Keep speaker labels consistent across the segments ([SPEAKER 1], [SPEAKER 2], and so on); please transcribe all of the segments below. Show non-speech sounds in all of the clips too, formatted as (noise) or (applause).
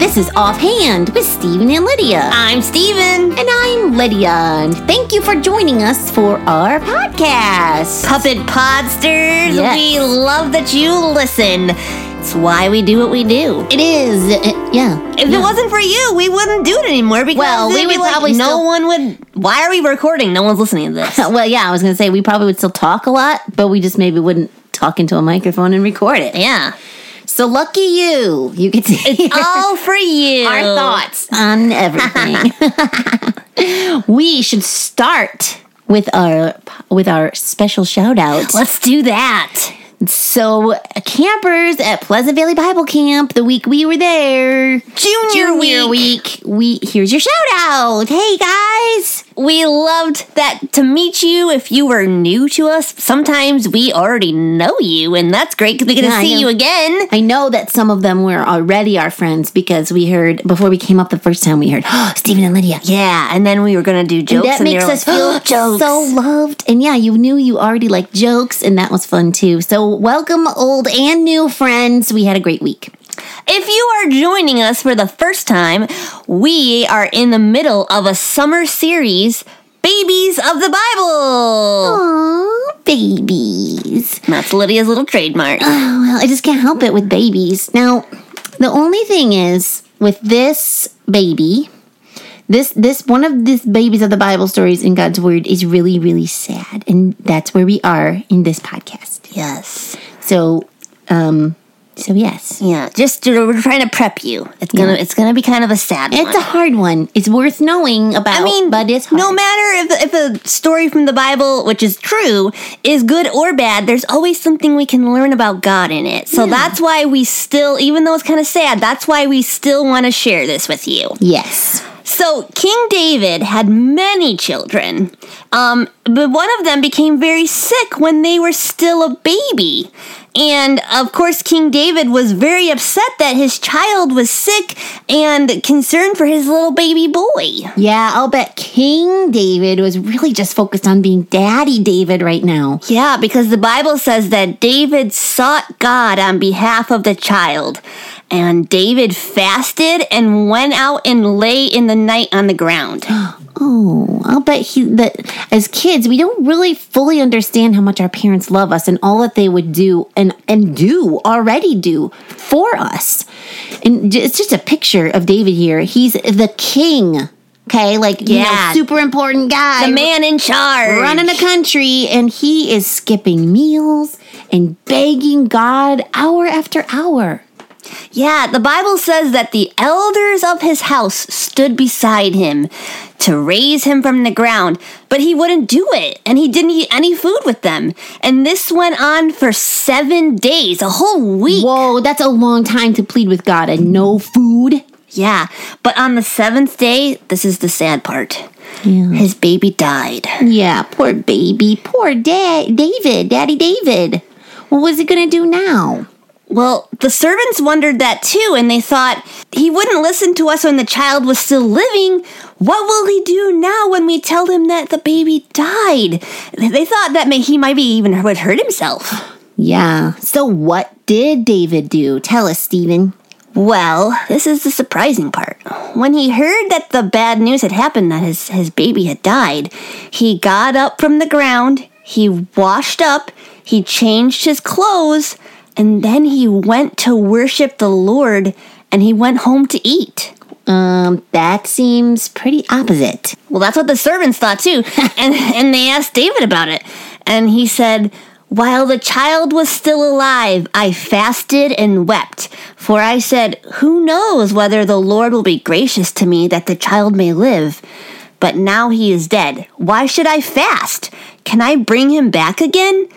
[SPEAKER 1] This is Offhand with Stephen and Lydia.
[SPEAKER 2] I'm Steven.
[SPEAKER 1] And I'm Lydia, and thank you for joining us for our podcast.
[SPEAKER 2] Puppet Podsters,
[SPEAKER 1] Yes.
[SPEAKER 2] we love that you listen. It's why we do what we do.
[SPEAKER 1] It is, uh, yeah.
[SPEAKER 2] If
[SPEAKER 1] yeah.
[SPEAKER 2] it wasn't for you, we wouldn't do it anymore because
[SPEAKER 1] Well, we
[SPEAKER 2] it'd be
[SPEAKER 1] would
[SPEAKER 2] like,
[SPEAKER 1] probably
[SPEAKER 2] no
[SPEAKER 1] still-
[SPEAKER 2] one would. Why are we recording? No one's listening
[SPEAKER 1] (laughs)
[SPEAKER 2] to this.
[SPEAKER 1] well, yeah, I was gonna say we probably would still talk a lot, but we just maybe wouldn't talk into a microphone and record it.
[SPEAKER 2] yeah,
[SPEAKER 1] So lucky you, you get to hear
[SPEAKER 2] (laughs) all for you.
[SPEAKER 1] our thoughts on everything. we should start with our with our special shout out.
[SPEAKER 2] Let's do that.
[SPEAKER 1] So, campers at Pleasant Valley Bible Camp, the week we were there,
[SPEAKER 2] Junior,
[SPEAKER 1] junior week,
[SPEAKER 2] week.
[SPEAKER 1] we here's your shout out. Hey guys,
[SPEAKER 2] We loved that to meet you. If you were new to us, sometimes we already know you, and that's great because we get
[SPEAKER 1] Yeah,
[SPEAKER 2] to
[SPEAKER 1] I
[SPEAKER 2] see
[SPEAKER 1] know.
[SPEAKER 2] you again.
[SPEAKER 1] I know that some of them were already our friends because we heard before we came up the first time we heard (gasps) oh, Stephen and Lydia.
[SPEAKER 2] Yeah, and then we were gonna do jokes.
[SPEAKER 1] That
[SPEAKER 2] and they
[SPEAKER 1] makes
[SPEAKER 2] were
[SPEAKER 1] us
[SPEAKER 2] like,
[SPEAKER 1] feel
[SPEAKER 2] (gasps) jokes.
[SPEAKER 1] so loved. And yeah, you knew you already liked jokes, and that was fun too. So, welcome, old and new friends. We had a great week.
[SPEAKER 2] If you are joining us for the first time, we are in the middle of a summer series, Babies of the Bible.
[SPEAKER 1] Aww, babies.
[SPEAKER 2] That's Lydia's little trademark.
[SPEAKER 1] Oh, Well, I just can't help it with babies. Now, the only thing is with this baby, this this one of this babies of the Bible stories in God's word is really really sad, and that's where we are in this podcast.
[SPEAKER 2] yes.
[SPEAKER 1] So, um, so yes,
[SPEAKER 2] Yeah, just to- we're trying to prep you. It's gonna it's gonna be kind of a sad
[SPEAKER 1] it's
[SPEAKER 2] one.
[SPEAKER 1] a hard one. It's worth knowing about.
[SPEAKER 2] I mean,
[SPEAKER 1] but it's hard.
[SPEAKER 2] no matter if, if a story from the Bible, which is true, is good or bad, there's always something we can learn about God in it. So that's why we still, even though it's kind of sad, that's why we still want to share this with you.
[SPEAKER 1] yes,
[SPEAKER 2] So King David had many children, um, but one of them became very sick when they were still a baby. And of course, King David was very upset that his child was sick and concerned for his little baby boy.
[SPEAKER 1] yeah, I'll bet King David was really just focused on being Daddy David right now.
[SPEAKER 2] Yeah, because the Bible says that David sought God on behalf of the child. And David fasted and went out and lay in the night on the ground.
[SPEAKER 1] Oh, I'll bet he that as kids we don't really fully understand how much our parents love us and all that they would do and and do already do for us. And j- it's just a picture of David here. He's the king. Okay, like you know,
[SPEAKER 2] Yeah.
[SPEAKER 1] super important guy,
[SPEAKER 2] The man in charge.
[SPEAKER 1] running a country, and he is skipping meals and begging God hour after hour.
[SPEAKER 2] Yeah, the Bible says that the elders of his house stood beside him to raise him from the ground, but he wouldn't do it, and he didn't eat any food with them. And this went on for seven days, a whole week.
[SPEAKER 1] Whoa, that's a long time to plead with God and no food.
[SPEAKER 2] Yeah, but on the seventh day, this is the sad part
[SPEAKER 1] Yeah.
[SPEAKER 2] his baby died.
[SPEAKER 1] Yeah, poor baby, poor dad, David, Daddy David. What was he gonna do now?
[SPEAKER 2] Well, the servants wondered that too, and they thought, he wouldn't listen to us when the child was still living. What will he do now when we tell him that the baby died? They thought that may, he might be even would hurt himself.
[SPEAKER 1] Yeah. So what did David do? Tell us, Stephen.
[SPEAKER 2] Well, this is the surprising part. When he heard that the bad news had happened, that his, his baby had died, he got up from the ground, he washed up, he changed his clothes, and then he went to worship the Lord and he went home to eat.
[SPEAKER 1] Um, that seems pretty opposite.
[SPEAKER 2] Well, that's what the servants thought too. (laughs) and and they asked David about it. And he said, "While the child was still alive, I fasted and wept, for I said, who knows whether the Lord will be gracious to me that the child may live? But now he is dead. Why should I fast? Can I bring him back again?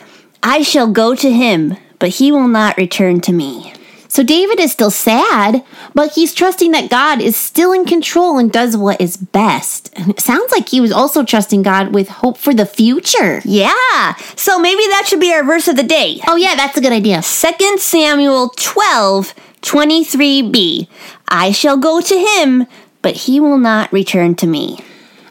[SPEAKER 2] I shall go to him, but he will not return to me."
[SPEAKER 1] So David is still sad, but he's trusting that God is still in control and does what is best. And it sounds like he was also trusting God with hope for the future.
[SPEAKER 2] Yeah. So maybe that should be our verse of the day.
[SPEAKER 1] Oh yeah, that's a good idea.
[SPEAKER 2] 2 Samuel 12, 23b. I shall go to him, but he will not return to me.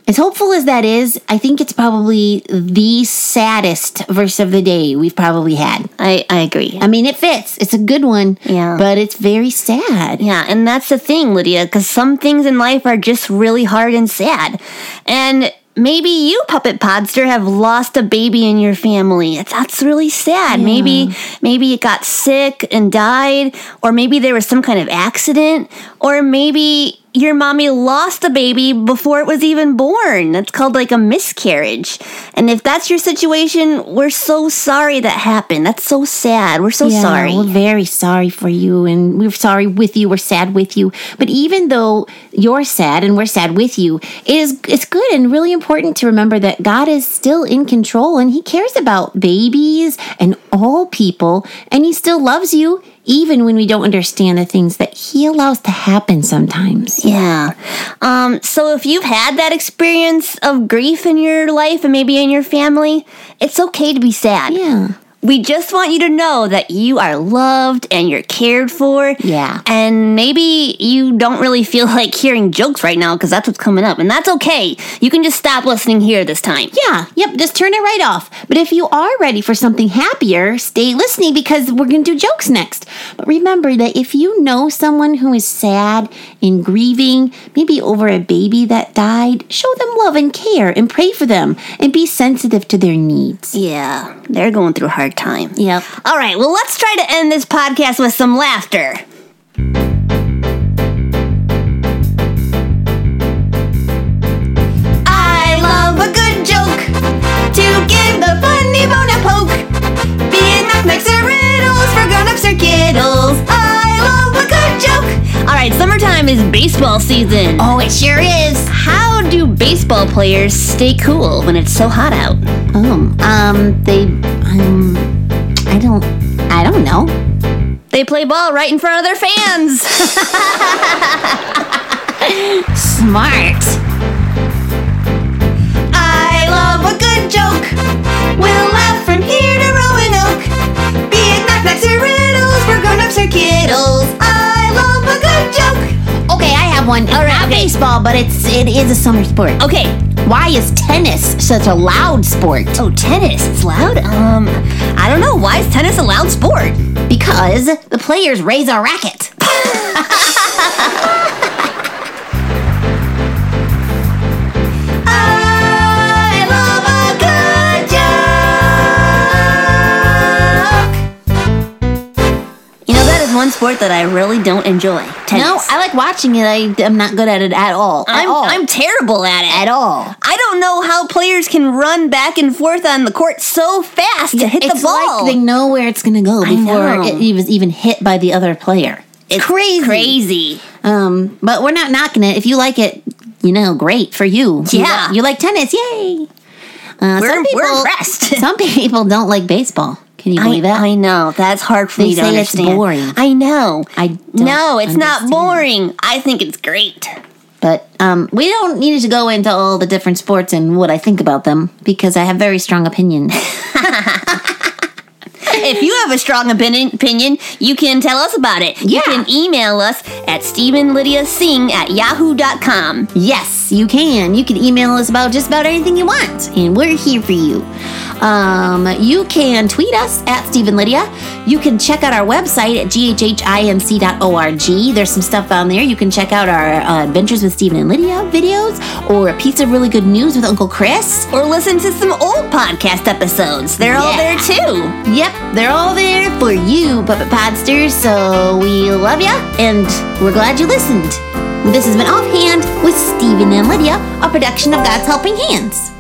[SPEAKER 1] As hopeful as that is, I think it's probably the saddest verse of the day we've probably had.
[SPEAKER 2] I, I agree.
[SPEAKER 1] I mean, it fits. It's a good one.
[SPEAKER 2] Yeah.
[SPEAKER 1] But it's very sad.
[SPEAKER 2] Yeah, and that's the thing, Lydia, because some things in life are just really hard and sad. And maybe you, Puppet Podster, have lost a baby in your family. It's, that's really sad. Maybe maybe it got sick and died, or maybe there was some kind of accident, or maybe your mommy lost a baby before it was even born. That's called like a miscarriage. And if that's your situation, we're so sorry that happened. That's so sad. We're so
[SPEAKER 1] Yeah,
[SPEAKER 2] sorry.
[SPEAKER 1] We're very sorry for you, and we're sorry with you. We're sad with you. But even though you're sad and we're sad with you, it is it's good and really important to remember that God is still in control and He cares about babies and all people, and He still loves you even when we don't understand the things that He allows to happen sometimes.
[SPEAKER 2] Yeah. Um, so if you've had that experience of grief in your life and maybe in your family, it's okay to be sad.
[SPEAKER 1] Yeah.
[SPEAKER 2] We just want you to know that you are loved and you're cared for.
[SPEAKER 1] Yeah.
[SPEAKER 2] And maybe you don't really feel (laughs) like hearing jokes right now because that's what's coming up. And that's okay. You can just stop listening here this time.
[SPEAKER 1] Yeah, yep, just turn it right off. But if you are ready for something happier, stay listening because we're going to do jokes next. But remember that if you know someone who is sad and grieving, maybe over a baby that died, show them love and care and pray for them and be sensitive to their needs.
[SPEAKER 2] Yeah. They're going through a hard time.
[SPEAKER 1] Yep.
[SPEAKER 2] All right. Well, let's try to end this podcast with some laughter. I love a good joke to give the funny bone a poke. Being up next to riddles for grown-ups or kiddles. I love a good joke. All right, summertime is baseball season.
[SPEAKER 1] Oh, it sure is.
[SPEAKER 2] How do baseball players stay cool when it's so hot out?
[SPEAKER 1] Um, um they um I don't I don't know.
[SPEAKER 2] They play ball right in front of their fans.
[SPEAKER 1] (laughs) Smart.
[SPEAKER 2] I love a good joke. We'll laugh from here to Roanoke. Be it knockbacks or riddles, for grown-ups or kiddles. I love a good joke.
[SPEAKER 1] Okay, I have one. It's not
[SPEAKER 2] okay.
[SPEAKER 1] baseball, but it's it is a summer sport.
[SPEAKER 2] Okay.
[SPEAKER 1] Why is tennis such a loud sport?
[SPEAKER 2] Oh, tennis. It's loud. Um, I don't know. Why is tennis a loud sport?
[SPEAKER 1] Because the players raise a racket.
[SPEAKER 2] I love a good joke. You know that is one sport that I really don't enjoy.
[SPEAKER 1] No, I like watching it. I am not good at it at all. At
[SPEAKER 2] I'm,
[SPEAKER 1] all.
[SPEAKER 2] I'm terrible at it.
[SPEAKER 1] at all.
[SPEAKER 2] I don't know how players can run back and forth on the court so fast to hit
[SPEAKER 1] it's
[SPEAKER 2] the ball.
[SPEAKER 1] like they know where it's going to go before
[SPEAKER 2] know.
[SPEAKER 1] it it was even hit by the other player.
[SPEAKER 2] it's
[SPEAKER 1] crazy.
[SPEAKER 2] Crazy.
[SPEAKER 1] Um, but we're not knocking it. If you like it, you know, great for you. You
[SPEAKER 2] Yeah.
[SPEAKER 1] li- you like tennis? Yay! Uh,
[SPEAKER 2] We're-
[SPEAKER 1] some people,
[SPEAKER 2] we're impressed.
[SPEAKER 1] some people don't like baseball. Can you (laughs)
[SPEAKER 2] I,
[SPEAKER 1] believe that?
[SPEAKER 2] I know. That's hard for
[SPEAKER 1] They
[SPEAKER 2] me to
[SPEAKER 1] say it's
[SPEAKER 2] understand.
[SPEAKER 1] boring.
[SPEAKER 2] I know.
[SPEAKER 1] I don't
[SPEAKER 2] no, it's
[SPEAKER 1] understand.
[SPEAKER 2] not boring. I think it's great.
[SPEAKER 1] But um, we don't need to go into all the different sports and what I think about them because I have very strong (laughs) opinions.
[SPEAKER 2] if you have a strong opinion, opinion, you can tell us about it.
[SPEAKER 1] Yeah.
[SPEAKER 2] You can email us at StephenLydiaSing at yahoo.com.
[SPEAKER 1] yes, you can. You can email us about just about anything you want, and we're here for you. Um, you can tweet us at Stephen Lydia. You can check out our website at ghhinc.org. There's some stuff on there. You can check out our uh, Adventures with Stephen and Lydia videos or a piece of really good news with Uncle Chris.
[SPEAKER 2] Or listen to some old podcast episodes. They're all
[SPEAKER 1] Yeah.
[SPEAKER 2] there too.
[SPEAKER 1] Yep, they're all there for you, Puppet Podsters. So we love ya, and we're glad you listened. This has been Offhand with Stephen and Lydia, a production of God's Helping Hands.